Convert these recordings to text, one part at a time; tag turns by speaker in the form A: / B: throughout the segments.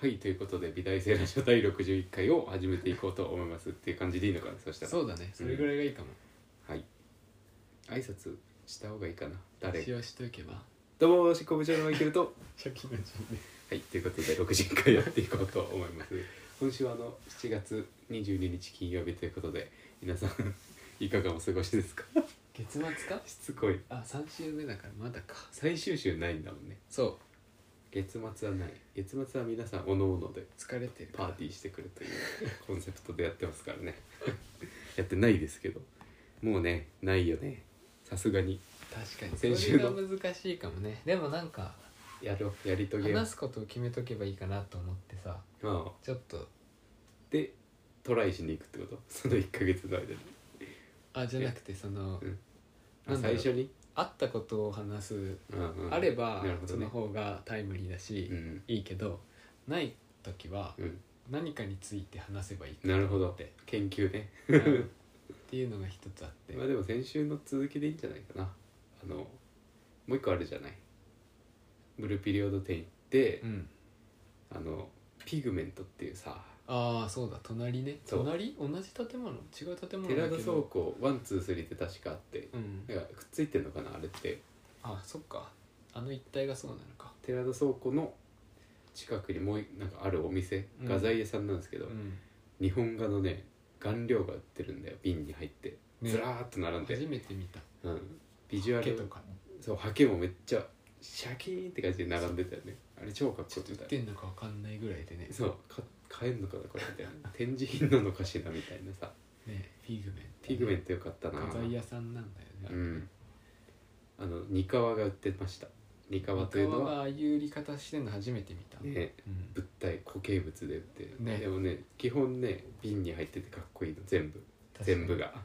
A: はいということで美大生ラジオ第61回を始めていこうと思いますっていう感じでいいのかなそしたら
B: そうだねそれぐらいがいいかも、
A: はい挨拶した方がいいかな誰
B: 一応しとけば
A: どうも執行部長のマイケルと
B: 初期の順で
A: はいということで60回やっていこうと思います今週はあの7月22日金曜日ということで皆さん いかがお過ごしですか
B: 月末か
A: しつこい
B: あ三3週目だからまだか
A: 最終週ないんだもんね
B: そ
A: 月末はない月末は皆さん各々で
B: う疲れてる
A: パーティーしてくるという コンセプトでやってますからね やってないですけどもうねないよねさすがに
B: 確かに
A: 先
B: 先
A: 週
B: 週
A: の
B: が難しいかもねでもなんか
A: やろうやり遂げよう
B: 話すことを決めとけばいいかなと思ってさ
A: ああ
B: ちょっと
A: でトライしに行くってこと その1ヶ月の間に
B: あじゃなくてその
A: うん
B: な
A: あ
B: んだ
A: 最
B: ろう
A: 初に、
B: 会ったことを話す
A: うんうん
B: あれば
A: なるほど
B: そ
A: ね
B: の方がタイムリーだし
A: うん
B: いいけどない時は
A: うん
B: 何かについて話せばいい
A: なるほど
B: って
A: 研究ね
B: うんっていうのが一つ あって
A: まあでも先週の続きでいいんじゃないかなあのもう一個あるじゃないブルーピリオド展行って、
B: うん
A: あのピグメントっていうさ
B: ああそうだ隣ね
A: そう
B: 隣同じ建物違う建物
A: 寺
B: だ
A: 田
B: け
A: 倉
B: ど
A: 庫ワンツースリーって確かあって
B: うん
A: なんかくっついてんのかなあれって
B: あそっかあの一帯がそうなのか
A: 寺田倉庫の近くにもういなんかあるお店、
B: うん
A: 画材屋さんなんですけど、
B: うん
A: 日本画のね顔料が売ってるんだよ瓶に入って
B: ね
A: ずらーっと並んで、
B: 初めて見た
A: うん、ビジュア
B: 毛と
A: ル
B: か
A: そうハケもめっちゃシャキーンって感じで並んでたよねあれ超かっこ
B: ちょ
A: よ
B: っと
A: く
B: 売っててんのかわかんないぐらいでね
A: そうか買えんのかなこれみたいな展示品なのかしらみたいなさ
B: ねフィグメン
A: ピグメントよかったな
B: 画材屋さんなんだよ
A: う
B: ね
A: んあのニカワが売ってましたニカワというの
B: が
A: は
B: ああいう売り方してんの初めて見た
A: ね
B: うん
A: 物体固形物で売って、
B: ね
A: でもね基本ね瓶に入っててかっこいいの全部全部
B: 確か
A: が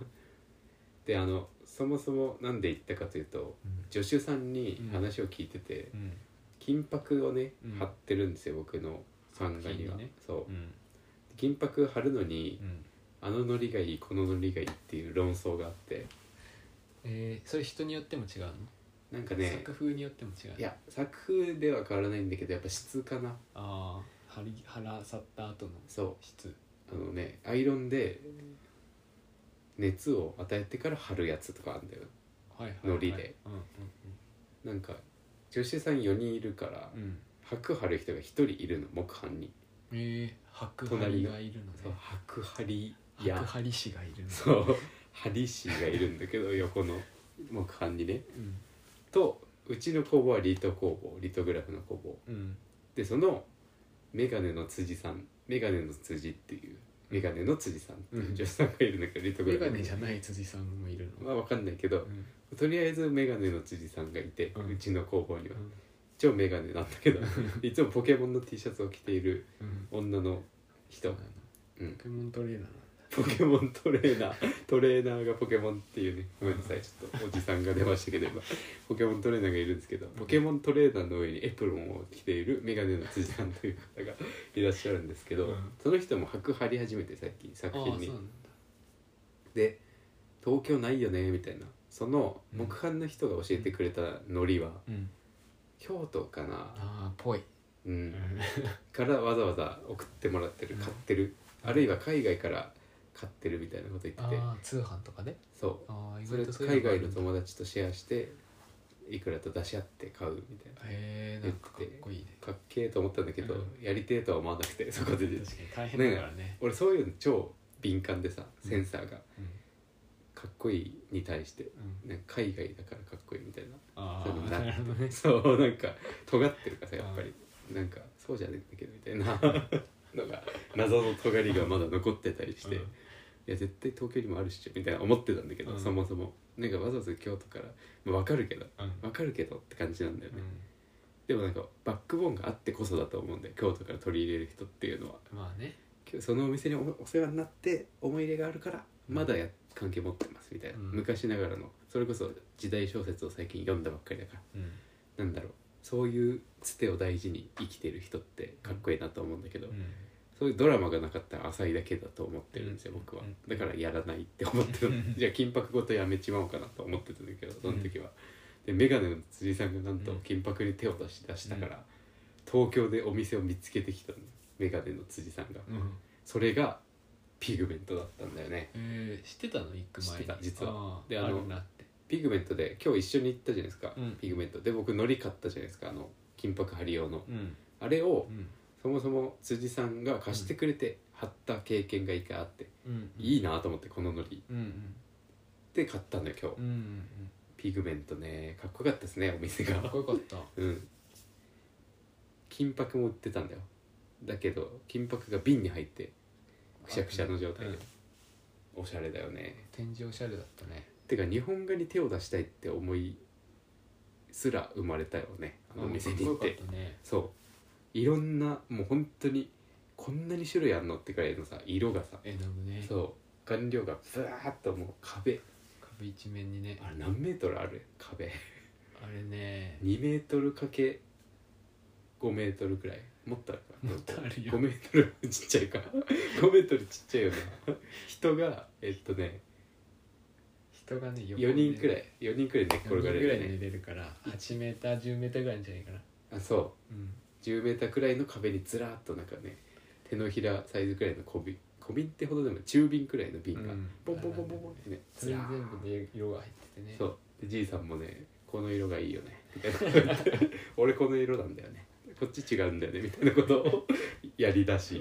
A: であのそもそもなんで行ったかというと
B: に
A: 助手さんに話を聞いてて、
B: うんうん
A: 金箔をね、
B: うん
A: 貼ってるんですよ僕の漫画には、
B: 作品にね
A: そう
B: うん
A: 金箔貼るのに、
B: うん
A: あのノリがいいこのノリがいいっていう論争があって
B: えーそれ人によっても違うの
A: なんかね
B: 作風によっても違うの
A: いや作風では変わらないんだけどやっぱ質かな
B: ああ張り腹去った後の
A: そう
B: 質
A: あのねアイロンで熱を与えてから貼るやつとかあるんだよ
B: はいはい、はい、
A: ノリで
B: うん
A: な
B: うん
A: んか女子さん4人いるから
B: うんうん
A: 白貼る人が1人いるの木版に
B: えー、白
A: 隣
B: 張
A: の
B: がいるのね
A: そう白貼り
B: 白
A: や
B: 張り師がいるの
A: そう貼り師がいるんだけど横の木版にね
B: うん
A: とうちの工房はリト工房リトグラフの工房
B: うん
A: でそのメガネの辻さんメガネの辻っていうメガネの辻さんっていう女子さんがいるんだけど、リトグ
B: メ
A: ラフ
B: ガネじ
A: ゃ
B: ゃない辻さんもいるの、
A: まあ分かんないけど
B: う、ん
A: とりあえずメガネの辻さんがいて、う
B: うん
A: ちの工房には
B: うん
A: 超メガネなんだけどいつもポケモンの T シャツを着ている
B: うん、
A: 女の人、う
B: ポ
A: ん、
B: ケモントレーナーなんだ
A: ポケモントレーナートレーナーがポケモンっていうねごめんなさいちょっとおじさんが出ましたけど今ポケモントレーナーがいるんですけどポケモントレーナーの上にエプロンを着ているメガネの辻さんという方が いらっしゃるんですけど、
B: うん
A: その人も白張り始めて最近作
B: ああ
A: 品
B: そう
A: に
B: なんだ
A: で「東京ないよね」みたいなその木版の人が教えてくれたノリは
B: うん
A: 京都かな
B: ああぽい、
A: うん
B: うん
A: からわざわざ送ってもらってる
B: うん
A: 買ってる、あるいは海外から買ってるみたいなこと言ってて
B: ああ通販とかね
A: そ
B: ああ
A: う
B: 意
A: それと
B: 外とそうい
A: 海外
B: うのがある
A: の
B: んだ
A: 友達とシェアしていくらと出し合って買うみたいな
B: へえなんかかっこいいね
A: かっけえと思ったんだけど、
B: う
A: やりてえとは思わなくてそこで
B: 確かに大変だからね
A: 俺そういうの超敏感でさ
B: うん
A: センサーが、
B: うん
A: かっこいいに対して
B: うん
A: なんか海外だからかっこいいみたいな
B: あ
A: そういうの
B: あ
A: な
B: なるほど ね
A: そうなんか尖ってるからさやっぱりなんかそうじゃねえんだけどみたいな のが謎の尖りがまだ残ってたりして、
B: う
A: い
B: ん
A: や絶対東京にもあるっしょみたいな思ってたんだけど、
B: うん
A: そもそもなんかわざわざ京都から、まあ、分かるけど
B: うん
A: 分かるけどって感じなんだよね、
B: う
A: でもなんかバックボーンがあってこそだと思うんだよ京都から取り入れる人っていうのは
B: んまあね
A: 今日そのお店におお世話になって思い入れがあるからまだや関係持ってますみたいな、
B: うん
A: 昔ながらのそれこそ時代小説を最近読んだばっかりだから
B: うん
A: なんだろうそういうつてを大事に生きてる人ってかっこいいなと思うんだけど、そういうドラマがなかったら浅いだけだと思ってるんですよ、
B: うん
A: 僕は
B: うん
A: だからやらないって思ってた
B: うん
A: じゃあ金箔ごとやめちまおうかなと思ってたんだけどその時は、で眼鏡の辻さんがなんと
B: うん
A: 金箔に手を出し出したから、東京でお店を見つけてきたんだよメガネの辻さんが
B: うん
A: それがピグメントだったんだよね
B: えー、知ってたの行く
A: 知っ
B: 前に
A: てた実
B: は
A: で
B: で
A: あ
B: あ
A: の
B: のるなって
A: ピグメントで今日一緒に行ったじゃないですか、
B: うん
A: ピグメントで僕のり買ったじゃないですかあの金箔貼り用の
B: うん
A: あれを
B: うん
A: そもそも辻さんが貸してくれて貼った経験が一回あって、
B: うん
A: い
B: い
A: いなと思ってこののり
B: うんうん
A: で買ったんだよ今日、
B: うんうん
A: ピグメントねかっこよかったですねお店
B: うんかっ
A: が
B: こよかった
A: うん金箔も売ってたんだよだけど金箔が瓶に入ってくしゃくしゃの状態で、
B: うん
A: おしゃれだよね
B: 展示おしゃれだったね
A: てか日本画に手を出したいって思いすら生まれたよねあのお店に行っ
B: か
A: て
B: っこよかったね
A: そういろんなもう本当にこんなに種類あんのってくらいのさ色がさ
B: 絵の具ね
A: そう顔料がブワーッともう壁
B: 壁一面にね
A: あれ何メートルある壁
B: あれね
A: 2メートルかけ5メートルくらいもっとあるか
B: もっとあるよ
A: 5メートルちっちゃいか5メートルちっちゃいよね人がえっとね
B: 人がね横
A: 4人くら
B: い
A: い4人くらい寝っ転
B: 4
A: が
B: 人
A: れ
B: ぐら
A: る
B: い寝
A: ね
B: れるから8メーター10メーターぐらいなんじゃないかな
A: あそう
B: うん
A: 10メーターくらいの壁にずらっとなんかね手のひらサイズくらいの小瓶小瓶ってほどでも中瓶くらいの瓶が
B: うん
A: ボンボンボンボンボンってね
B: そ
A: ず
B: れ
A: ら
B: に
A: ー
B: 全部で色が入っててね
A: そうでじいさんもね「この色がいいよね」みたいな「俺この色なんだよねこっち違うんだよね」みたいなことをやりだし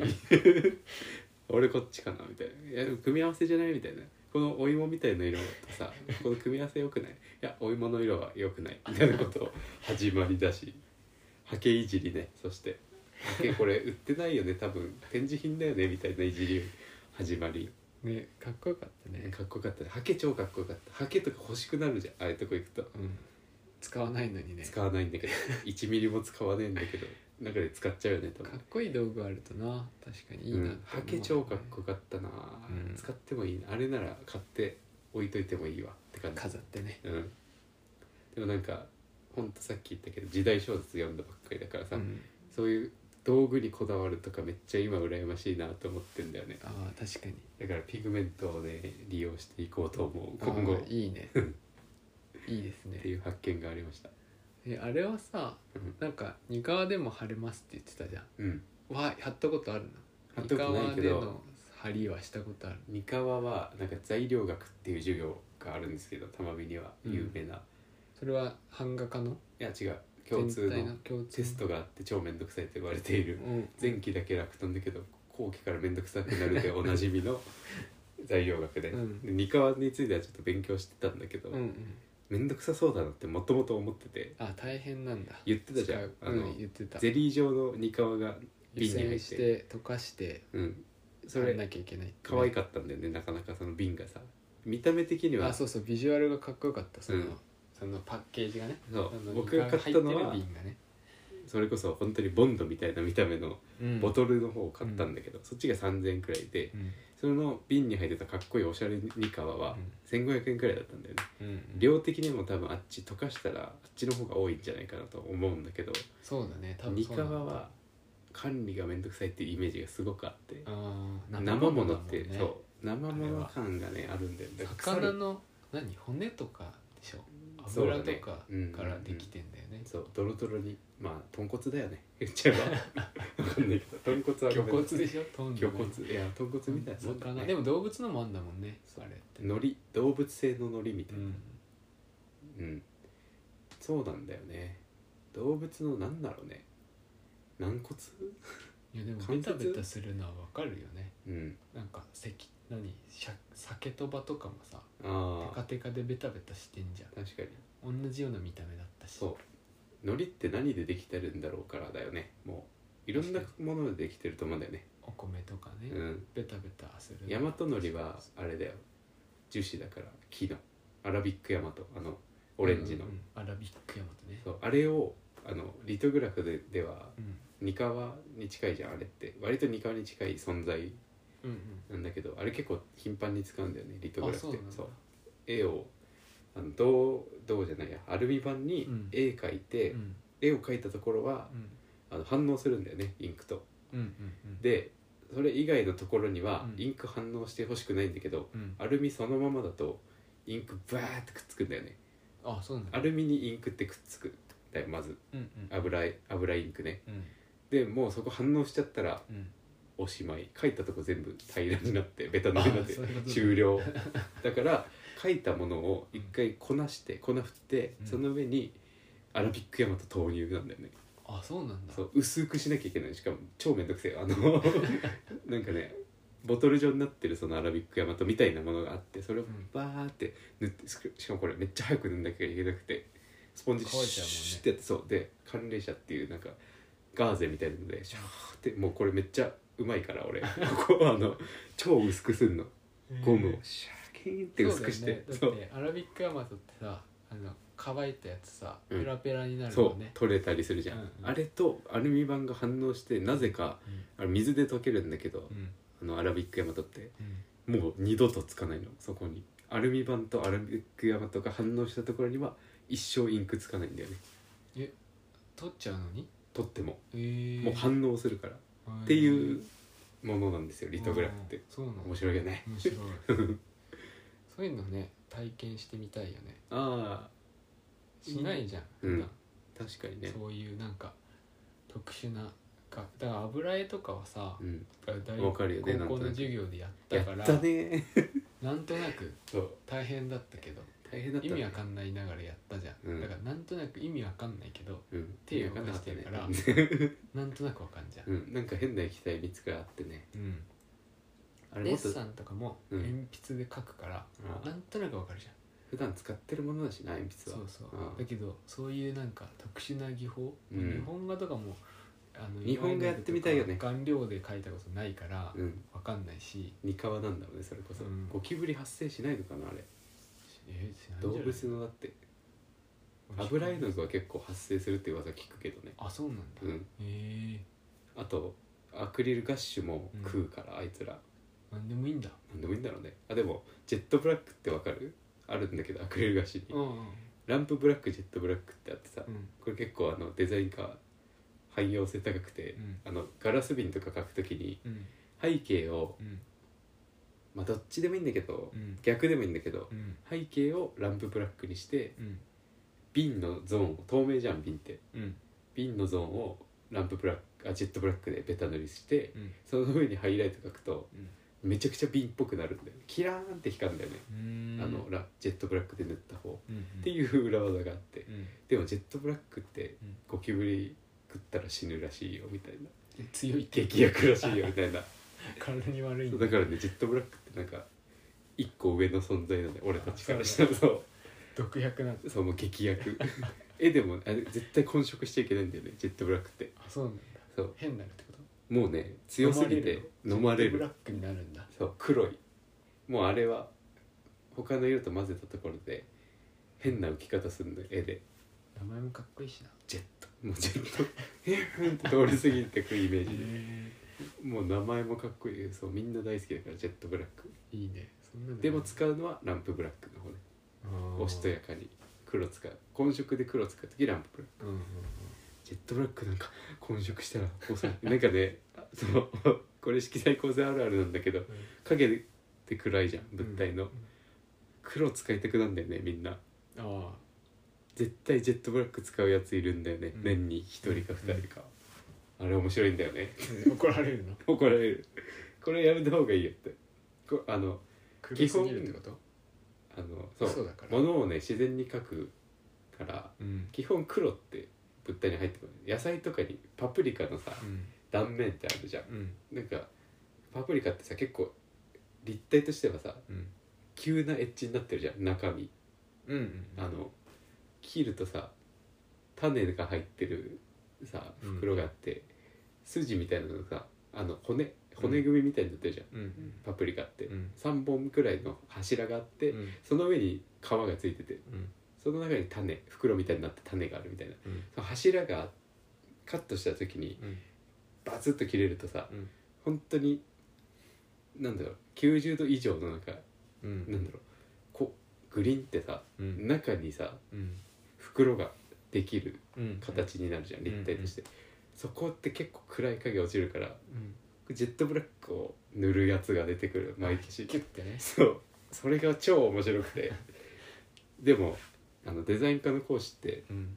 A: 「俺こっちかな」みたいな「いやでも組み合わせじゃない?」みたいな「このお芋みたいな色とさこの組み合わせ良くない?」「いやお芋の色は良くない」みたいなことを始まりだし刷毛いじりねそして「刷毛これ売ってないよね多分展示品だよね」みたいないじり始まり
B: ねかっこよかったね
A: かっこよかったねハケ超かっこよかったハケとか欲しくなるじゃんああいうとこ行くと
B: うん使わないのにね
A: 使わないんだけど 1ミリも使わねえんだけど中で使っちゃうよね多
B: か
A: 分
B: っこいい道具あるとな確かにいいな
A: う
B: って思うよ
A: ん
B: ね
A: ハケ超かっこよかったな、
B: うん
A: 使ってもいいなあれなら買って置いといてもいいわって感じ
B: 飾ってね
A: うん、でもなんかほんとさっき言ったけど時代小説読んだばっかりだからさ、
B: うん
A: そういう道具にこだわるとかめっちゃ今羨ましいなと思ってんだよね
B: ああ確かに
A: だからピグメントをね利用していこうと思う
B: あ
A: 今後っ
B: ーいいねいいです
A: て
B: ね
A: いう発見がありました
B: えあれはさ
A: うん、
B: なんか「ニカワでも貼れます」って言ってたじゃ
A: う
B: ん
A: ん、
B: わ貼ったことあるの
A: 貼ったことないけ
B: ニ
A: ど
B: カワでの貼りはしたことある
A: 三河はなんか材料学っていう授業があるんですけど玉美には有名な、い
B: それは版画家の
A: や違う共通
B: 全体
A: の
B: 共通
A: テストがあって超めんどくさいと言われている
B: うん
A: 前期だけ楽なんだけど後期からめんどくさくなるでおなじみ の材料学で,、
B: うん
A: で三河についてはちょっと勉強してたんだけど、
B: うんうん
A: めんどくさそうだなってもともと思ってて
B: あ大変なんだ
A: 言ってたじゃん
B: 使う
A: あ
B: う
A: の
B: ん言ってた
A: ゼリー状の三河が
B: 湯
A: 瓶に入
B: 煎
A: っ
B: してて溶かして
A: うん、そ
B: 貼ら
A: れ
B: なきゃいけない
A: 可愛
B: っ
A: かったんだよねなかなかその瓶がさ見た目的に
B: た
A: は
B: あそうそうビジュアルがかっこよかったその
A: うん
B: そのパッケージがね
A: そう
B: あの
A: 僕が買ったの
B: 入
A: は
B: ってる瓶がね
A: それこそ本当にボンドみたいな見た目の
B: うん
A: ボトルの方を買ったんだけど、そっちが3,000円くらいで
B: うん
A: その瓶に入ってたかっこいいおしゃれニカワは1,500円くらいだったんだよね
B: うん
A: 量的にも多分あっち溶かしたらあっちの方が多いんじゃないかなと思うんだけど
B: そうだね多分
A: ニ
B: そう
A: カ
B: なんだ
A: ワは管理がめんどくさいっていうイメージがすごくあって
B: あー
A: 生ものって、
B: だもんね
A: そう生もの感がねあるんだよだから腐
B: 魚
A: る
B: の何骨とかでしょ
A: そうだ
B: 油
A: ね
B: とか
A: うん
B: からできてんだよね
A: そうドロドロにまあ豚骨だよね言っちゃえ ばわかんないけど豚骨は
B: 魚
A: ごめん
B: 骨 でしょ飛んで
A: 魚
B: ない
A: 骨いや豚骨みたいなもんだ
B: 魚
A: ね
B: でも動物のもあんだもんね
A: そう
B: あれって
A: 海苔動物性の海苔みた
B: う
A: いな、
B: ん
A: うん、そうなんだよね動物のなんだろうね軟骨
B: いやでも
A: 関
B: ベ
A: 節
B: タベタするのはわかるよね
A: うん
B: なんか石何しゃ酒とばとかもさテ
A: あ
B: カ
A: あ
B: テカでベタベタしてんじゃ
A: 確かに
B: ん同じような見た目だったし
A: そう海苔って何でできてるんだろうからだよねもういろんなものでできてると思うんだよね
B: お米とかね、
A: うん
B: ベタベタする
A: 大和海苔はあれだよ樹脂だから木のアラビックヤマトあのオレンジの、
B: うんうんアラビックヤマトね
A: そうあれをあのリトグラフででは
B: うん
A: ニカワに近いじゃんあれって割とニカワに近い存在
B: うん
A: なんだけどあれ結構頻繁に使うんだよねリト
B: う
A: グ
B: んあ
A: ラフ
B: そ
A: っ
B: う
A: て
B: なんだ
A: そう絵をあの銅銅じゃないやアルミ板に
B: うん
A: 絵描いうて、
B: ん
A: 絵を描いたところは
B: うん
A: あの反応するんだよねインクと。
B: うんうん
A: でそれ以外のところには
B: うん
A: インク反応してほしくないんだけど、
B: うん
A: アルミそのままだとインクバーってくっつくんだよね。
B: あそうなんだ
A: アルミにインクってくっつくんだよまず
B: うんうん
A: 油絵油インクね。
B: うん
A: でもうそこ反応しちゃったら
B: うん
A: おしまい書いたとこ全部平らになってベタ塗りになっ
B: あ
A: て
B: そういうこと
A: 終 了だから書いたものを一回こなして粉振って
B: うん
A: その上にアラビックヤマト投入なんだよね
B: あそうなんだ
A: そう薄くしなきゃいけないしかも超めんどくせえあ のなんかねボトル状になってるそのアラビックヤマトみたいなものがあってそれを
B: うん
A: バーって塗ってしかしかもこれめっちゃ早く塗んなきゃいけなくてスポンジでシ
B: 乾いちゃうもんね
A: ュッてやってそうで寒冷車っていうなんかガーゼみたいなのでシャーってもうこれめっちゃうまいから俺 ここあの超薄くすんのゴムをシャーキーンって薄くして
B: そ
A: そうう,、
B: だよねだってアラビックヤマトってさあの乾いたやつさ
A: うん
B: ペラペラになる
A: そう
B: よね、
A: 取れたりするじゃん、
B: うんうん
A: あれとアルミ板が反応してなぜか
B: うん
A: あれ水で溶けるんだけど、
B: うん
A: あのアラビックヤマトって
B: うん
A: もう二度とつかないのそこにアルミ板とアラビックヤマトが反応したところには一生インクつかないんだよね
B: 取っちゃうのに
A: 取っても
B: えー
A: もう反応するから、っていうものなんですよリトグラフって
B: うんそうなの
A: 面白いよね
B: 面白いそういうのね体験してみたいよね
A: あ
B: しないじゃん、
A: うん
B: 普段
A: あ確かにね
B: そういうなんか特殊なかだから油絵とかはさ
A: うん
B: 大
A: わかるよね
B: 高校の
A: なんとなく
B: 授業でやった
A: や
B: から
A: ったね
B: なんとなく
A: そう
B: 大変だったけど
A: 大変だった
B: 意
A: ね
B: 味わかんないながらやったじゃん、
A: うん
B: だからなんとなく意味わかんないけど
A: うん
B: 手を動かしてるから
A: 意味わかんなかったね
B: なんとなくわかんじゃん、
A: うんなんか変な液体見つかってね
B: うん
A: あれ
B: デ
A: も
B: ッ
A: っと
B: サンとかも
A: うん
B: 鉛筆で描くから、
A: あ
B: なんとなくわかるじゃん
A: 普段使ってるものだしな鉛筆
B: そ
A: は
B: うそう
A: ああ
B: だけどそういうなんか特殊な技法、
A: うん
B: 日本画とかもあの
A: 日本画やってみたいよね
B: 岩顔料で描いたことないから
A: うん
B: わかんないし、
A: 三河なんだろうねそれこそ、
B: うん
A: ゴキブリ発生しないのかなあれ
B: えーしないん
A: 動
B: じゃない
A: 物のだって油絵の具は結構発生するって噂聞くけどね
B: あそうなんだ、
A: うん
B: え
A: あとアクリルガッシュも食うから、あいつら
B: ー、なんでもいいんだ
A: なんでもいいんだろうねあでもジェットブラックってわかるあるんだけどアクリルガッシュに
B: うんうん
A: ランプブラックジェットブラックってあってさ
B: うん
A: これ結構あのデザインが汎用性高くて、
B: うん
A: あのガラス瓶とか描くときに
B: うん
A: 背景を
B: うん
A: まあどっちでもいいんだけど、
B: うん
A: 逆でもいいんだけど、
B: うん
A: 背景をランプブラックにして
B: うん
A: 瓶のゾーンを透明じゃん瓶って
B: うん
A: 瓶のゾーンをランプブラックあジェットブラックでベタ塗りして
B: うん
A: その上にハイライト描くと
B: うん
A: めちゃくちゃ瓶っぽくなるんだよねキラーンって光るんだよね、
B: うん
A: あのラジェットブラックで塗った方っ
B: うん
A: ていう裏技があって
B: うん
A: でもジェットブラックって
B: うん
A: ゴキブリ食ったら死ぬらしいよみたいな
B: うん強いって
A: 劇薬らしいよみたいな
B: 体に悪い
A: そ
B: ん
A: う
B: だ
A: だからねジェットブラックってなんか一個上の存在なんだよ俺たちからしたらそう
B: 毒薬なんだ
A: そうもう劇薬 えでもあれ絶対混色しちゃいけないんだよねジェットブラックって
B: あそうなんだ
A: そう
B: 変になるってこと
A: もうね強すぎて飲まれる
B: ブラックになるんだ
A: そう黒いもうあれは他の色と混ぜたところで変な浮き方するの絵で
B: 名前もかっこいいしな
A: ジェットもうジェットえーっ て通り過ぎてくイメージ
B: へ
A: でもう名前もかっこいいそうみんな大好きだからジェットブラック
B: えいいねそんなの
A: でも使うのはランプブラックの方ね
B: うん
A: おしとやかに黒使う混色で黒使う時ランプブラック
B: うんうん
A: ジェットブラックなんか混色したらこうさ なんかねあそのこれ色彩構成あるあるなんだけど
B: うん
A: 影って暗いじゃん物体の、
B: うん
A: 黒使いたくなんだよねみんな
B: ああ
A: 絶対ジェットブラック使うやついるんだよね、
B: うん
A: 年に1人か2人か、あれ面白いんだよね
B: 怒られるの
A: 怒られるこれやめた方がいいよってこあの
B: 首すぎるってこと
A: あのそう
B: そうだから
A: 物をね自然に描くから
B: うん
A: 基本黒って物体に入ってくる野菜とかにパプリカのさ
B: うん
A: 断面ってあるじゃん
B: うん
A: なんかパプリカってさ結構立体としてはさ
B: うん
A: 急なエッジになってるじゃん中身
B: うんうん
A: あの切るとさ種が入ってるさ
B: うん
A: 袋があって、筋みたいなのがさあの骨骨組みみたいになってるじゃん、
B: うんうん
A: パプリカって、
B: うん
A: 3本くらいの柱があって、
B: うん
A: その上に皮がついてて
B: うん
A: その中に種袋みたいになって種があるみたいな
B: うん
A: その柱がカットした時に
B: うん
A: バツッと切れるとさ
B: うん
A: 本当になんだろう90度以上のなんか
B: う
A: なん
B: ん
A: だろうこうグリーンってさ
B: うん
A: 中にさ
B: うん
A: 袋ができる
B: うん
A: 形になるじゃん
B: うん
A: 立体として、そこって結構暗い影落ちるから
B: うん
A: ジェットブラックを塗るやつが出てくる毎年
B: キュッてね
A: そうそれが超面白くてでもあのデザイン科の講師って
B: うん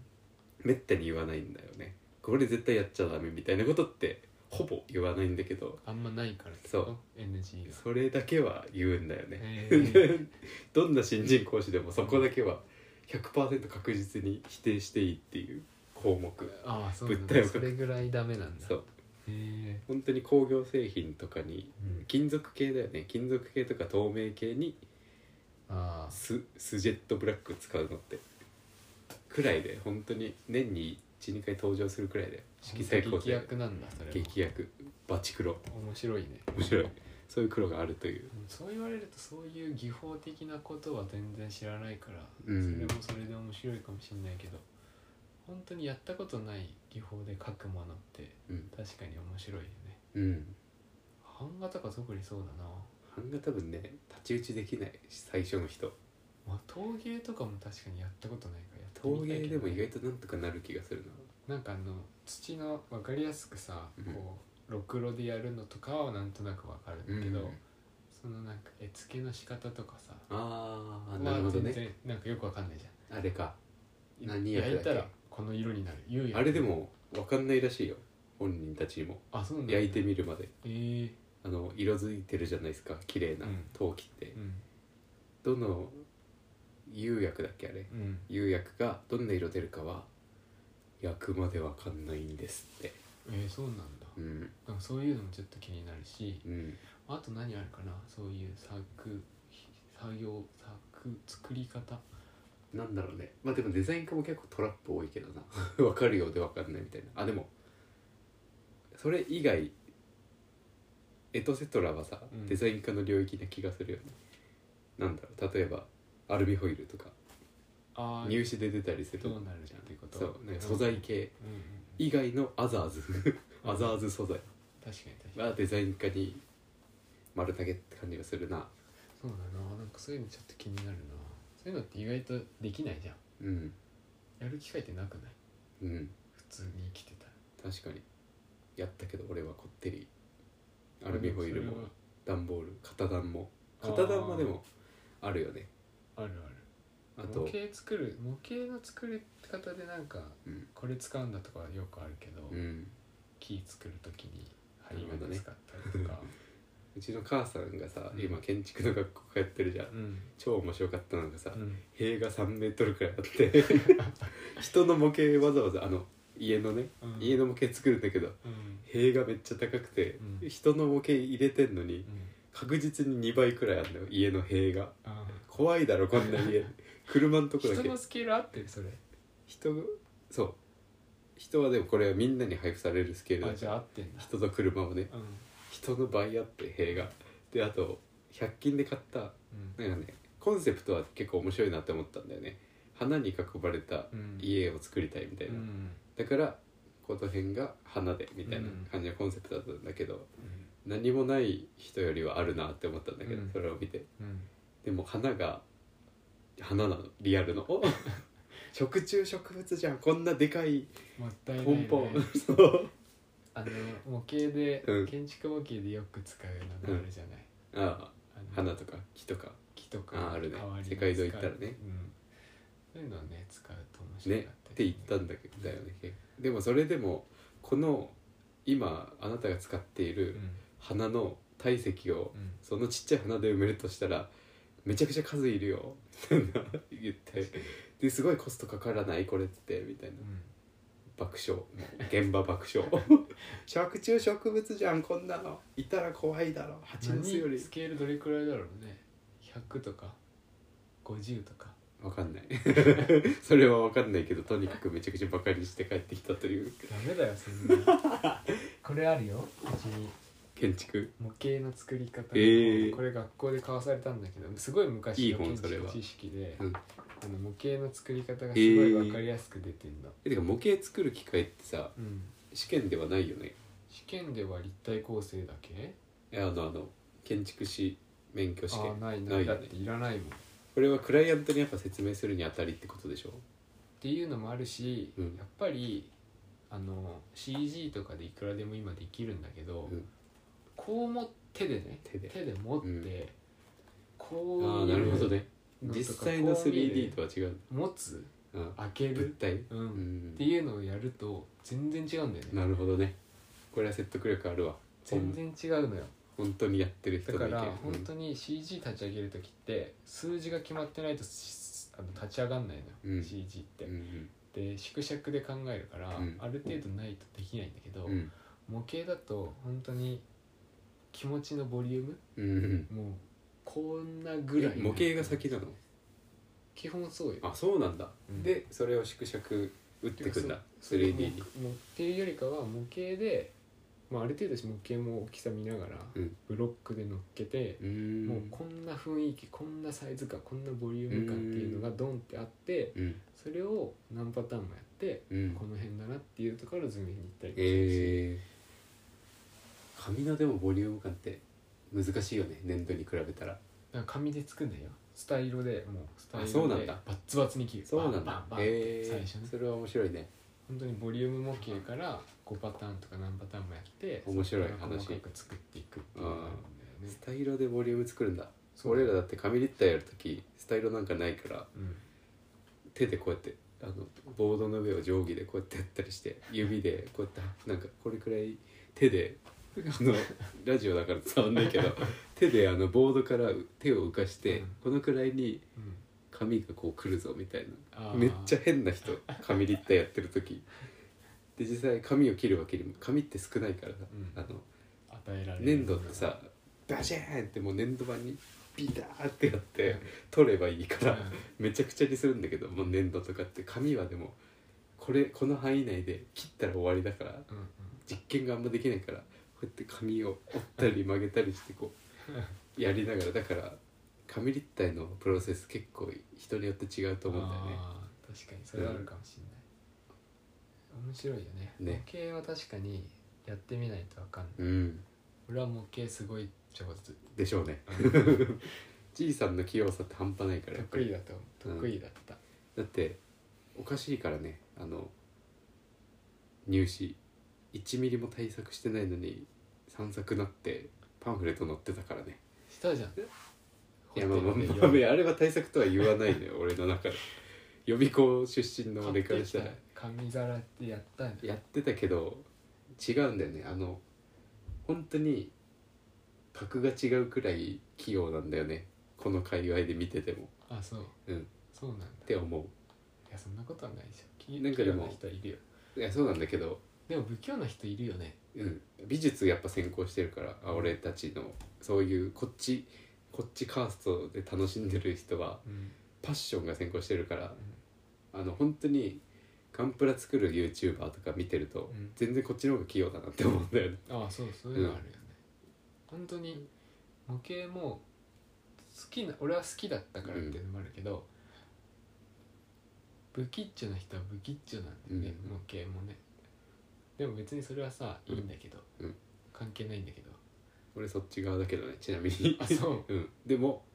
A: めったに言わないんだよねこれ絶対やっちゃダメみたいなことってほぼ言わないんだけど
B: あんまないからって
A: そう
B: こと NG が
A: それだけは言うんだよね、
B: へー
A: どんな新人講師でもそこだけは100%確実に否定していいっていう項目
B: ああそうなん
A: 物体を
B: だ
A: 書く
B: それぐらいダメなんだ
A: そう
B: へえ
A: 本当に工業製品とかに
B: うん
A: 金属系だよね金属系とか透明系に
B: あ
A: ススジェットブラック使うのってくらいで本当に年に12回登場するくらいで
B: あ
A: 色彩構
B: 劇
A: 成
B: 薬なんだそれも
A: 劇薬バチクロ
B: 面白いね
A: 面白いそういう黒があるという
B: うんそう言われるとそういう技法的なことは全然知らないから、
A: うん
B: それもそれで面白いかもしれないけど本当にやったことない技法で書くものって
A: うん、
B: 確かに面白いよね
A: うん、
B: 版画とか特にそうだな、
A: 版画多分ね太刀打ちできないし最初の人
B: まあ、陶芸とかも確かにやったことないからやって
A: 陶
B: みたい
A: 芸
B: けど
A: でも意
B: ね
A: 外となんとかなる気がするな
B: なんかあの土の分かりやすくさ、
A: うん
B: こうろくろでやるのとかはなんとなく分かるんだけど、
A: うん
B: そのなんか絵付けの仕方とかさ
A: ああなるほ
B: は
A: ど
B: 全
A: ね
B: 然なんかよく分かんないじゃん
A: あれか何や
B: 焼
A: る
B: い
A: だ
B: た
A: け
B: らこの色になる釉薬
A: あれでも分かんないらしいよ本人たちにも
B: あそうなんだ
A: 焼いてみるまで
B: えー
A: あの色づいてるじゃないですか綺麗な
B: うん
A: 陶器って
B: う、ん
A: どの釉薬だっけあれ
B: うん
A: 釉薬がどんな色出るかは焼くまで分かんないんですって
B: えー、そうなんだ
A: うん
B: なんかそういうのもちょっと気になるし
A: うん
B: あと何あるかなそういう作作業作作り方
A: なんだろうねまあでもデザイン科も結構トラップ多いけどな 分かるようで分かんないみたいなあでもそれ以外エトセトラはさ、
B: うん
A: デザイン科の領域な気がするよねなんだろう例えばアルミホイルとか
B: あー
A: 入試で出たりする
B: どうなるじゃんっていうこと
A: そうなんか素材系
B: うんうんうん、
A: 以外のアザーズ アザーズ素材
B: 確かに確かに
A: はデザイン科に丸投げって感じがするな
B: そうだななんかそういうのちょっと気になるなそういうのって意外とできないじゃん
A: うん
B: やる機会ってなくない
A: うん
B: 普通に生きてたら
A: 確かにやったけど俺はこってりアルミホイルも
B: それは
A: 段ボール型段も
B: あー
A: 型段もでもあるよね
B: あるあ
A: あ
B: る模
A: と
B: 型作る模型の作り方でなんか
A: うん、
B: これ使うんだとかはよくあるけど、
A: うん、
B: 木作る時に
A: な
B: 針
A: るほど
B: 金
A: ね
B: 使ったり とか、
A: うちの母さんがさ
B: うん
A: 今建築の学校通ってるじゃん
B: うん
A: 超面白かったのがさ
B: うん
A: 塀が3メートルくらいあって 人の模型わざわざあの家のね
B: うん
A: 家の模型作るんだけど
B: うん
A: 塀がめっちゃ高くて、
B: うん
A: 人の模型入れてんのに
B: うん
A: 確実に2倍くらいあるのよ家の塀が
B: あ
A: 怖いだろこんな 家車のとこ
B: ー
A: だ
B: 人
A: け
B: のスケール合ってるそれ
A: 人がそう人はでもこれはみんなに配布されるスケール
B: あ
A: だ
B: じゃあ合ってんだ
A: 人と車もね
B: うん
A: 人の倍あって塀がであと100均で買った
B: うん
A: なんかねコンセプトは結構面白いなって思ったんだよね花に囲まれた
B: うん
A: 家を作りたいみたいな、
B: うん
A: だからことへんが花でみたいな感じのコンセプトだったんだけど、
B: うん
A: 何もない人よりはあるなって思ったんだけど、
B: うん
A: それを見て
B: うん
A: でも花が花なのリアルのお 食虫植物じゃんこんなでかい
B: もったいない
A: ポンポン、
B: ね
A: そう
B: あの模型で、
A: うん
B: 建築模型でよく使うのがあるじゃない、
A: ああ
B: あの
A: 花とか木とか
B: 木とか
A: ああるね
B: 代わりに
A: 世界堂行ったらね
B: うん、そういうのはね使うと面白い
A: ねって言ったんだけどだよねでもそれでもこの今あなたが使っていうる
B: ん
A: 花の体積を
B: うん
A: そのちっちゃい花で埋めるとしたらめちゃくちゃ数いるよみたいな言って
B: 確かに
A: ですごいコストかからないこれってみたいな
B: うん
A: 爆笑もう現場爆笑食虫植物じゃんこんなのいたら怖いだろ蜂の巣よ
B: 何
A: り
B: スケールどれくらいだろうね100とか50とか
A: わかんない それはわかんないけどとにかくめちゃくちゃバカにして帰ってきたという
B: ダメだよそんな これあるようちに
A: 建築
B: 模型の作り方の、
A: ええ
B: これ学校で買わされたんだけどすごい
A: い
B: 昔
A: い
B: の
A: 本
B: 建
A: それは
B: 築知識で、
A: うん
B: あの模型の作り方がすごい分かりやすく出てんの、
A: えてか模型作る機会ってさ
B: うん
A: 試験ではないよね
B: 試験では立体構成だけ
A: いやあのあの建築士免許試
B: ああ
A: 験
B: ないない
A: よ
B: だっ
A: ね
B: ていらないもんっ
A: これはクライアントにやっぱ説明するにあたりってことでしょ
B: ていうのもあるし、
A: うん
B: やっぱりあの CG とかでいくらでも今できるんだけど、
A: うん
B: こうも手でね
A: 手で
B: 持って、
A: うん
B: こう
A: ああなるほどね
B: のとか
A: 実際の
B: こう見る
A: 3D とは違う
B: 持つ
A: あ
B: 開け
A: 物
B: る、
A: 体
B: うん
A: うん
B: っていうのをやると全然違うんだよね
A: なるほどねこれは説得力あるわほん
B: 全然違うのよ
A: 本当にやってる人
B: だ
A: の意
B: か
A: 見
B: ら
A: うん
B: 本当に CG 立ち上げる時って数字が決まってないとしあの立ち上がんないのよ、
A: うん
B: CG って、
A: うん
B: で縮尺で考えるから、
A: うん
B: ある程度ないとできないんだけど、
A: うん
B: 模型だと本当に気持ちのボリューム
A: うんうん
B: もうこんなぐらい
A: え模型が先なの
B: 基本そうよ
A: あそうなんだ、
B: うん
A: でそれを縮尺打ってくんだ
B: それ
A: 3D
B: も
A: に
B: もうっていうよりかは模型で、まあ、ある程度模型も大きさ見ながら、
A: うん
B: ブロックで乗っけて、
A: うーん
B: もうこんな雰囲気こんなサイズ感こんなボリューム感っていうのがドンってあって
A: うん
B: それを何パターンもやって、
A: うん
B: この辺だなっていうところを図面に行ったりもするし、
A: えー、紙のでもボリューム感って難しいよね粘土に比べたら
B: なんか紙で作んだよスタイロでもうスタイロで
A: あそうなんだ
B: バッツバツに切る
A: そうなん
B: バン
A: だ
B: バンバンって
A: え
B: 最初
A: ー、
B: ね
A: それは面白いね
B: 本当にボリューム模型から5パターンとか何パターンもやって
A: 面白い
B: そこから
A: 話
B: 細かく作っていくっていうのがあるんだよね
A: スタイロでボリューム作るんだ
B: そう
A: 俺らだって紙立体やるときスタイロなんかないから
B: うん
A: 手でこうやってあのボードの上を定規でこうやってやったりして指でこうやってなんかこれくらい手であのラジオだから伝わんないけど手であのボードから手を浮かして、
B: うん
A: このくらいに
B: うん
A: 紙がこう来るぞみたい
B: あ
A: な
B: ー
A: めっちゃ変な人紙立体やってる時で実際紙を切るわけにも紙って少ないからさ、
B: うん
A: あの
B: 与えられる
A: 粘土ってさバシャーンってもう粘土板にビターってやって取ればいいから。めちゃくちゃにするんだけどもう粘土とかって紙はでもこれこの範囲内で切ったら終わりだから
B: うんうん
A: 実験があんまできないからこうやって紙を折ったり曲げたりしてこうやりながらだから紙立体のプロセス結構人によって違うと思うんだよね
B: あー確かにそれはあるかもしれない、面白いよね
A: ね
B: 模型は確かにやってみないとわかんない、
A: うん
B: 俺は模型すごい上手
A: でしょうね じいさんの器用さって半端ないからやっぱ
B: 得意
A: り
B: だと思う得意だった、
A: だっておかしいからねあの入試1ミリも対策してないのに散策なってパンフレット載ってたからね
B: したじゃん
A: いやまあまあ
B: ホテルで
A: まあまああれは対策とは言わないの よ俺の中で予備校出身の
B: 買
A: 俺
B: っ
A: から
B: て
A: し
B: き
A: た
B: た
A: ら
B: 紙皿ってやったんだ
A: やってたけど違うんだよねあの本当に格が違うくらい器用なんだよねこの界隈で見てても
B: あそう
A: うん
B: そうなんだ
A: って思
B: いやそんなことはないでしょき
A: なんかでも
B: 器用な人はいるよ
A: ういやそうなんだけど
B: でも不器用な人いるよね
A: うん、美術やっぱ専攻してるからあ俺たちのそういうこっちこっちカーストで楽しんでる人は
B: うん
A: パッションが先行してるから、あの本当にガンプラ作る YouTuber とか見てると、
B: うん
A: 全然こっちの方が器用だなって思うんだよね。
B: ああそうそういうのあるよね、本当に模型も好きな俺は好きだったからっていうのもあるけど、不吉兆な人は不吉兆なんだよね、
A: うん
B: 模型もねでも別にそれはさいいんだけど、
A: うん
B: 関係ないんだけど
A: 俺そっち側だけどねちなみに、
B: あ そう
A: ん、でも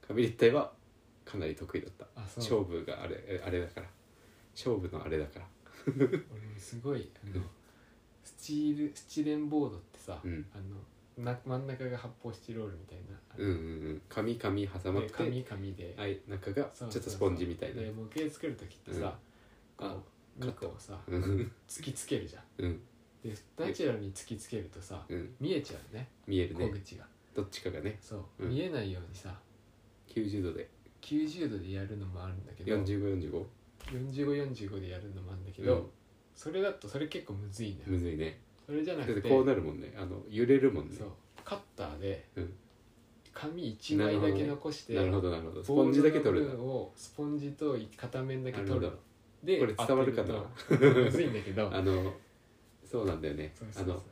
A: 紙立体はかなり得意だった
B: あそう
A: 勝負があれえあれだから勝負のあれだから
B: 俺もすごいあの、
A: うん
B: スチールスチレンボードってさ、
A: うん
B: あのな真ん中が発泡スチロールみたいなあ
A: う
B: の
A: んうんうん紙紙挟まっ
B: で
A: て
B: 紙紙で、
A: はい中がち
B: そ
A: ょ
B: う
A: っ
B: そうそう
A: とスポンジみたいな
B: で模型作る時ってさ、
A: うん
B: こう
A: あ
B: 肉をさ
A: うん
B: 突きつけるじゃん
A: うん
B: でナチュラルに突きつけるとさ
A: うん
B: 見えちゃうね
A: 見える
B: 小
A: ね
B: 口が
A: どっちかがね
B: そう、
A: うん
B: 見えないようにさ
A: 90度で
B: 90度でやるのもあるんだけど
A: 4545
B: 4545でやるのもあるんだけど、それだとそれ結構むずいね、
A: むずいね
B: それじゃ
A: だ
B: な
A: っ
B: く
A: て
B: て
A: こうなるもんねあの揺れるもんね
B: そうカッターで
A: うん
B: 紙1枚だけ残して、
A: なるほどなるほどスポンジだけ取る
B: ボー
A: な
B: ルの部分をスポンジと片面だけ
A: な
B: 取
A: る
B: る
A: ほど
B: で
A: これ伝わるかな
B: 当てるのむずいんだけ ど
A: あのそうなんだよね
B: そう
A: あ
B: そうそう
A: の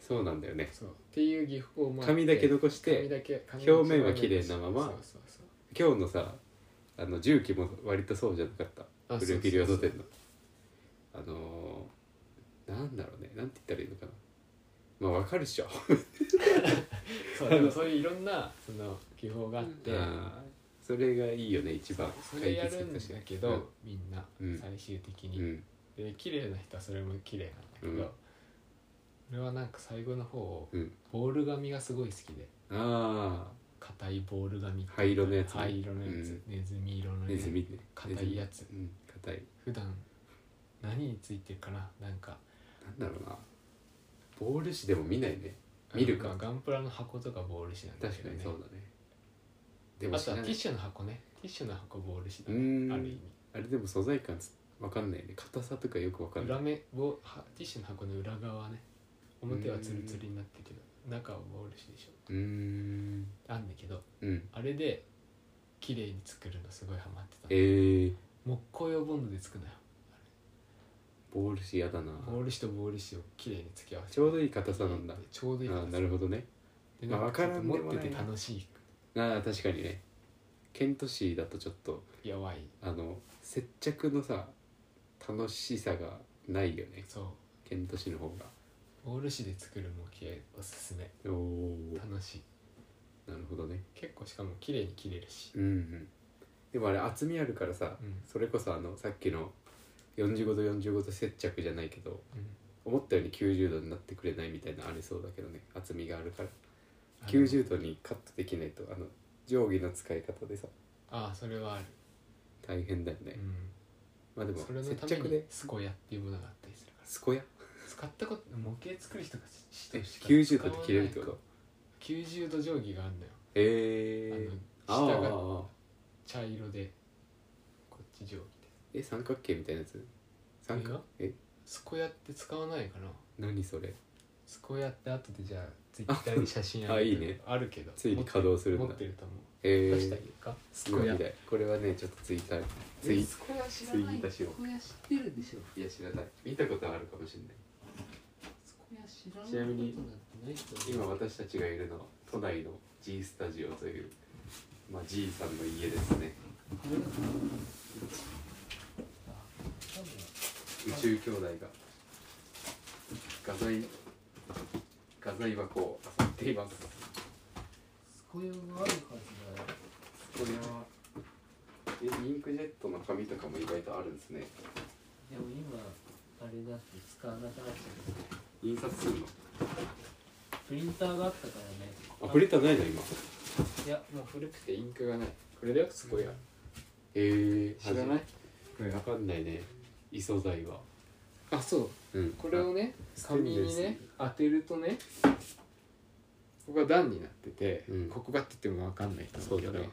A: そうなんだよね
B: そうっていう技法をまあ
A: 紙だけ残し
B: 紙
A: て
B: だけ紙
A: 表面は綺麗なまま
B: そうそうそう
A: 今日のさあの重機も割とそうじゃなかった
B: あ
A: 古着両土店のあのーなんだろうねなんて言ったらいいのかなまあわかるっしょ
B: そうでもそういういろんなその技法があって
A: あーそれがいいよね一番
B: それやるんだ
A: 解決策として
B: けど、みんな
A: うん
B: 最終的
A: う
B: に、
A: んうん
B: で綺麗な人はそれも綺麗なんだけど、俺はなんか最後の方を
A: うん
B: ボール紙がすごい好きで
A: ああ
B: 硬いボール紙
A: 灰色のやつね
B: 灰色のやつ、ネズミ色の
A: ネ
B: や
A: ズ
B: つ
A: ミね
B: 硬いやつ
A: ネズミうん硬い
B: 普段何についてるかななんか
A: なんだろうなボール紙でも見ないね見るか
B: まあガンプラの箱とかボール紙なんだ
A: 確
B: け
A: か
B: ど
A: に
B: ね
A: そうだねでも
B: あ
A: 知
B: と
A: ら
B: は
A: な
B: テ
A: い
B: ィッシュの箱ねティッシュの箱ボール紙だ
A: う
B: ねある
A: ー
B: 意
A: んあれでも素材感つわかんないね硬さとかよくわか
B: 味
A: んない
B: 裏目ボはティッシュの箱の裏側ね表はツルツルになってるけど中はボール紙でしょ
A: うーん
B: あんだけど
A: うん
B: あれで綺麗に作るのすごいハマってた
A: えー、
B: 木工用ボンドで作るのよ
A: ボール紙やだな
B: ボール紙とボール紙を綺麗に付き合わせて
A: ちょうどいい硬さなんだ
B: ちょうどいい
A: あ
B: 硬さ
A: ーなるほどね
B: で
A: まあ
B: なんかちょっと
A: わからんでも
B: 持
A: な
B: っ
A: い
B: てて
A: な
B: 楽しい
A: ああ確かにねケント市だとちょっと
B: やばい
A: あの接着のさ楽しさがないよね
B: そう
A: ケント市の方
B: ボール紙で作る模型おすすめ
A: がおお
B: 楽しい
A: なるほどね
B: 結構しかも綺麗に切れるし
A: うんうんでもあれ厚みあるからさ、
B: うん
A: それこそあのさっきの45度45度接着じゃないけど
B: うん
A: 思ったより90度になってくれないみたいなのありそうだけどね厚みがあるから
B: あの
A: 90度にカットできないとあの定規の使い方でさ
B: ああそれはある、
A: 大変だよ
B: う
A: ね、
B: ん、
A: まあでも
B: それの
A: 接
B: ため
A: 着
B: に
A: で
B: スコヤっていうものがあったりするから
A: 健や
B: 使ったこと模型作る人がし
A: え
B: 人しか
A: 90度で切れるってこ
B: 使わ
A: と
B: ない90度定規があるんだよ、
A: えー、
B: あの下
A: あ
B: が
A: ー
B: 茶色でこっち定規で
A: え三角形みたいなやつ三角え
B: スコヤって使わないかな
A: 何それ
B: スコヤって後でじ ゃあツイッターで写真げて
A: あいいね
B: あるけど
A: ついに稼働するんだ
B: 持ってると思う
A: え
B: 出してあ
A: ー
B: げるかス
A: すごいみたいこれはねちょっとツイッターツイ
B: えスコヤ知らない
A: ツイートしよう
B: スコヤ知ってるでしょ
A: いや知らない見たことはあるかもしれない
B: スコヤ知らない
A: ちなみに
B: ことなんてない人
A: 今私たちがいるのは都内の G スタジオというまあ G さんの家ですね
B: これだと思うあ多分
A: 宇宙兄弟が画材画材箱を漁っています
B: スコヤがあるはずだよ
A: これはえインクジェットの紙とかも意外とあるんですね
C: でも今あれだって使わなくなっちゃう
A: 印刷するの
C: プリンターがあったからね
A: あプリンターないの今
C: いやもう古くて
A: インクがないこれだよすごいやえー、
B: 知らない
A: これわかんないね異素材は
B: あそう
A: うん
B: これをね
A: ステン
B: 紙
A: レス
B: にね当てるとねここが段になってて、
A: うん
B: ここがって言っても分かんないと
A: そ
B: 思う
A: うだ
B: けど、
A: ね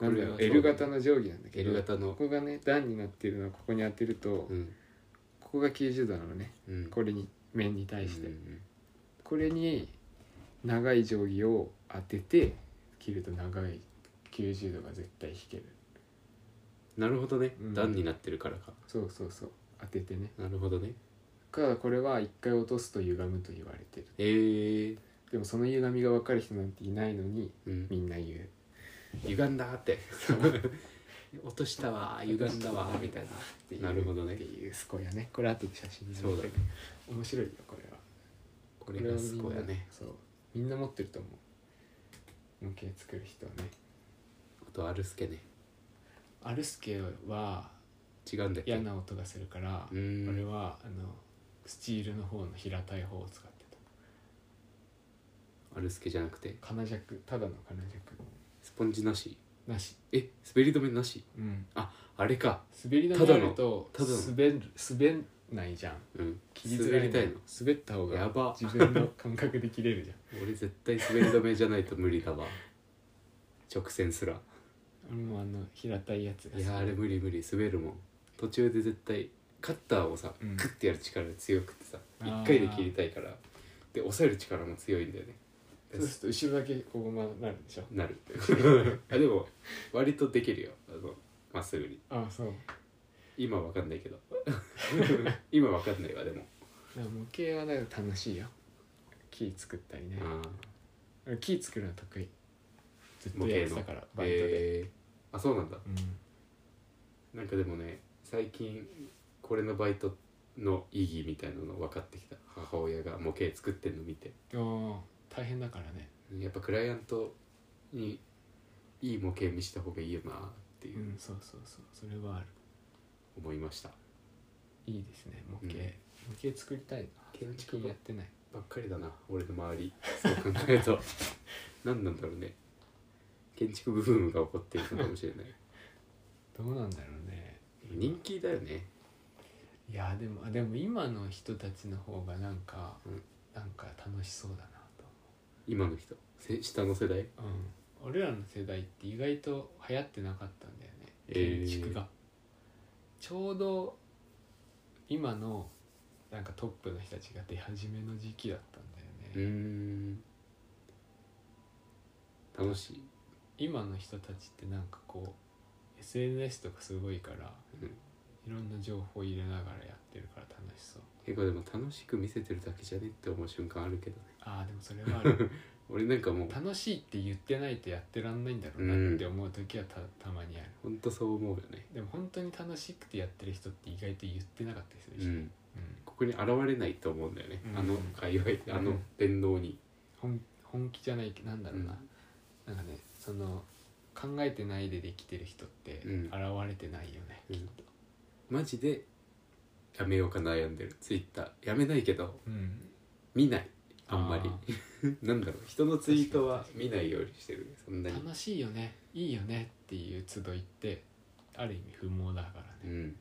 B: な
A: こ
B: んだ
A: れ
B: ろ
A: は
B: う L 型の定規なんだけど
A: L 型の
B: ここがね段になってるのをここに当てると、
A: うん
B: ここが90度なのね
A: うん
B: これに面に対して、
A: うんうん
B: これに長い定規を当てて切ると長い90度が絶対引ける
A: なるほどね、
B: うん
A: 段になってるからか
B: そうそうそう当ててね
A: なるほどね
B: だからこれは一回落とすと歪むと言われてる
A: えー、
B: でもその歪みが分かる人なんていないのに
A: うん
B: みんな言う
A: 歪んだって 落としたわ歪んだわみたいな
B: っていう
A: なるほどね
B: っていうスコヤねこれ後で写真に載せ
A: そうだね
B: 面白いよこれは
A: これがすごいや
B: これはみんな
A: ね
B: そうみんな持ってると思う模型作る人はね
A: あとアルスケね
B: アルスケは
A: 違うんだっけ
B: 嫌な音がするから
A: うーん
B: 俺はあのスチールの方の平たい方を使って
A: アルスケじゃなくて
B: た金弱ただの金弱
A: スポンジなし
B: なし
A: え滑り止めなし
B: うん
A: あれか
B: 滑り止めあると
A: ただのただの
B: 滑る滑んないじゃん
A: うん
B: 切りづ
A: 滑
B: らい
A: りたいの
B: 滑った方
A: や
B: が
A: ば
B: 自分の感覚で切れるじゃん
A: 俺絶対滑り止めじゃないと無理だわ直線すら
B: 俺もあの平たいやつが好
A: い
B: き
A: やあれ無理無理滑るもん途中で絶対カッターをさ、
B: うん
A: クッてやる力強くてさ
B: あー
A: 一回で切りたいからで押さえる力も強いんだよね
B: そうすると後ろだけこうまなるでしょ
A: な るあでも割とできるよあのまっすぐに
B: ああそう
A: 今わかんない けど今わかんないわでも
B: だから模型はなんか楽しいよ木作ったりね
A: あ
B: 俺木作るの得意ずっ
A: 模
B: と
A: 型
B: や
A: の
B: ってたから
A: ー
B: バイトで、
A: えーあそうなんだ
B: うん
A: なんかでもね最近これのバイトの意義みたいなの分かってきた母親が模型作ってんの見て
B: ああ大変だからね、、
A: やっぱクライアントにいい模型見した方がいいよなっていううん
B: そうそうそうそれはある
A: 思いました、
B: いいですね模型、
A: うん
B: 模型作りたいな
A: 建築
B: 最近やってない
A: ばっかりだな俺の周りそう考えると 何なんだろうね建築ブームが起こっているのかもしれない
B: どうなんだろうね
A: 人気だよね
B: いやでもあでも今の人たちの方がなんか、
A: うん
B: なんか楽しそうだなと
A: 今の人せ下の世代
B: 思う、うん、俺らの世代って意外と流行ってなかったんだよね
A: え
B: 建
A: ー
B: 築が、ちょうど今のなんかトップの人たちが出始めの時期だったん
A: う
B: だよね、
A: ん楽しい
B: 今の人たちってなんかこう SNS とかすごいから、
A: うん
B: いろんな情報入れながらやってるから楽しそう
A: 結構でも楽しく見せてるだけじゃねって思う瞬間あるけどね
B: ああでもそれはある
A: 俺なんかもう
B: 楽しいって言ってないとやってらんないんだろうなって思う時はたたまにある
A: ほんとそう思うよね
B: でも本当に楽しくてやってる人って意外と言ってなかったりする
A: う
B: し、うん
A: んここに現れないと思うんだよね、
B: うん
A: あの界隈あの電動に、
B: 本本気じゃないけなんだろうな、なんかねその考えてないでできてる人って
A: うん
B: 現れてないよね、
A: うん
B: きっと、
A: マジでやめようか悩んでるツイッターやめないけど
B: うん、
A: 見ないあんまり
B: あ
A: なんだろう人のツイートは見ないようにしてるねそんなに
B: 楽しいよねいいよねっていう集いってある意味不毛だから
A: う
B: ね、
A: ん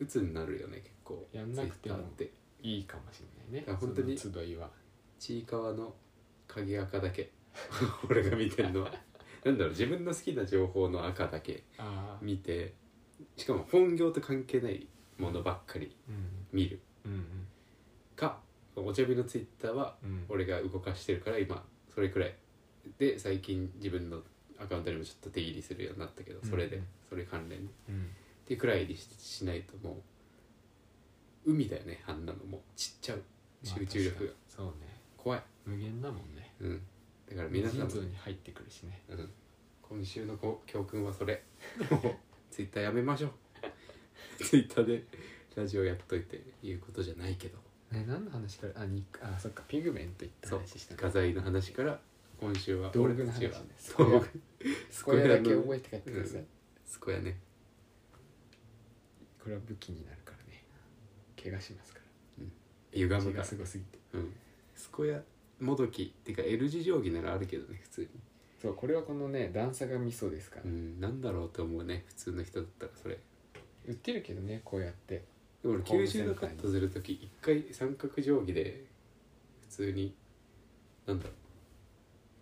A: 鬱になるよね結構
B: やんなくても
A: Twitter って
B: いいかもしれないね
A: いや本当に
B: その集いは
A: ちいかわの影赤だけ 俺が見てるのはなんだろう自分の好きな情報の赤だけ
B: ああ
A: 見てしかも本業と関係ないものばっかり
B: うん
A: 見る
B: うん
A: かお茶日のツイッターは
B: うんうん
A: 俺が動かしてるから今それくらいで最近自分のアカウントにもちょっと手入りするようになったけどそれで、
B: うん
A: それ関連でっ
B: うん
A: ていうくらいにししないともう海だよねあんなのもうちっちゃう集中力が
B: まあ確かにそうね
A: 怖い、
B: 無限だもんね
A: うん、だから皆
B: 皆
A: さ
B: さ
A: ん
B: ん
A: も
B: に入ってくるしね
A: うん、今週のこ教訓はそれもうツイッターやめましょうツイッターでラジオやっといて言うことじゃないけど
B: ね何の話からあにあそっかピグメントいった
A: そう
B: 話した
A: 画材の話から今週は
B: 道具の話
A: 俺
B: ね
A: たちは
B: スコ
A: 道
B: ヤ
A: 具
B: スコヤだけ
A: の
B: 覚えて帰ってください、
A: うんそやね
B: これは武器になるからね怪我しますか
A: 歪
B: ら
A: む
B: 血
A: か
B: が
A: ら
B: すごすぎて
A: うんスコヤもどきっていうか L 字定規ならあるけどね普通に
B: そうこれはこのね段差がミソですから、
A: うんなんだろうと思うね普通の人だったらそれ
B: 売ってるけどねこうやって
A: でも俺
B: ホーム
A: 90
B: セン
A: 度
B: タ
A: カ
B: ーに
A: ットする時一回三角定規で普通になんだろう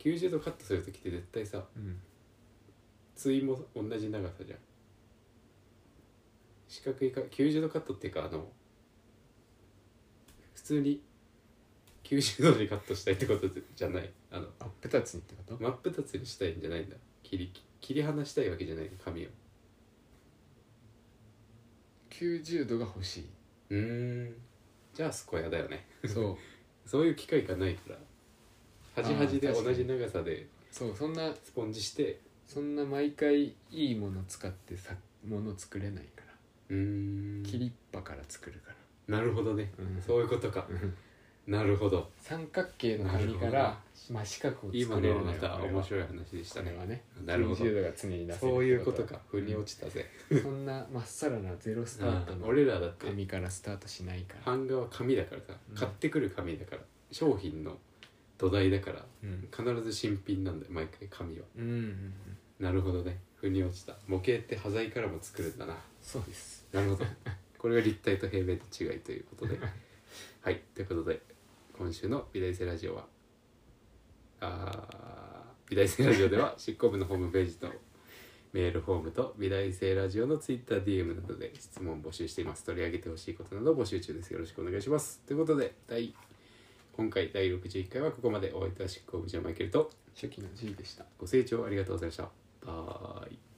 A: 90度カットする時って絶対さ
B: うん
A: 対も同じ長さじゃん四角いか90度カットっていうかあの普通に90度にカットしたいってことじゃないあの
B: アップタッチにってこと、
A: 真っ二つにしたいんじゃないんだ切り切り離したいわけじゃないの髪を
B: 90度が欲し
A: うーんじゃあスコヤだよね
B: いそう
A: そういう機会がないから端々で
B: あー確か
A: 同
B: に
A: じ長さで
B: そうそんな
A: スポンジして
B: そんな毎回いいもの使ってさもの作れないから
A: うーん
B: 切りっぱから作るから、
A: なるほどね
B: うん
A: そういうことかなるほど
B: 三角形の紙か
A: なる
B: ら真四角を作れる
A: 今のはまた
B: これは
A: 面白い話でした
B: こ
A: ね
B: れはね
A: なるほど
B: 90度が常に出せるって
A: そういうことか
B: う
A: 腑
B: ん
A: に落ちたぜ
B: そんなまっさらなゼロスタ
A: あ
B: ート
A: ー
B: の
A: 俺らだって
B: 紙からスタートしないから、
A: 版画は紙だからさ
B: うん
A: 買ってくる紙だから商品の土台だから
B: うん、
A: 必ず新品なんだよ毎回紙は
B: うんうんうん
A: なるほどね腑に落ちた模型って端材からも作るんだな
B: そうです
A: なるほどこれが立体と平面の違いということではいということで今週の美大生ラジオはあー美大生ラジオでは執行部のホームページとメールフォームと美大生ラジオの TwitterDM などで質問を募集しています取り上げてほしいことなど募集中ですよろしくお願いしますということで第今回第61回はここまでお相手は執行部長マイケルと
B: 初期の G でした
A: ご清聴ありがとうございましたバイ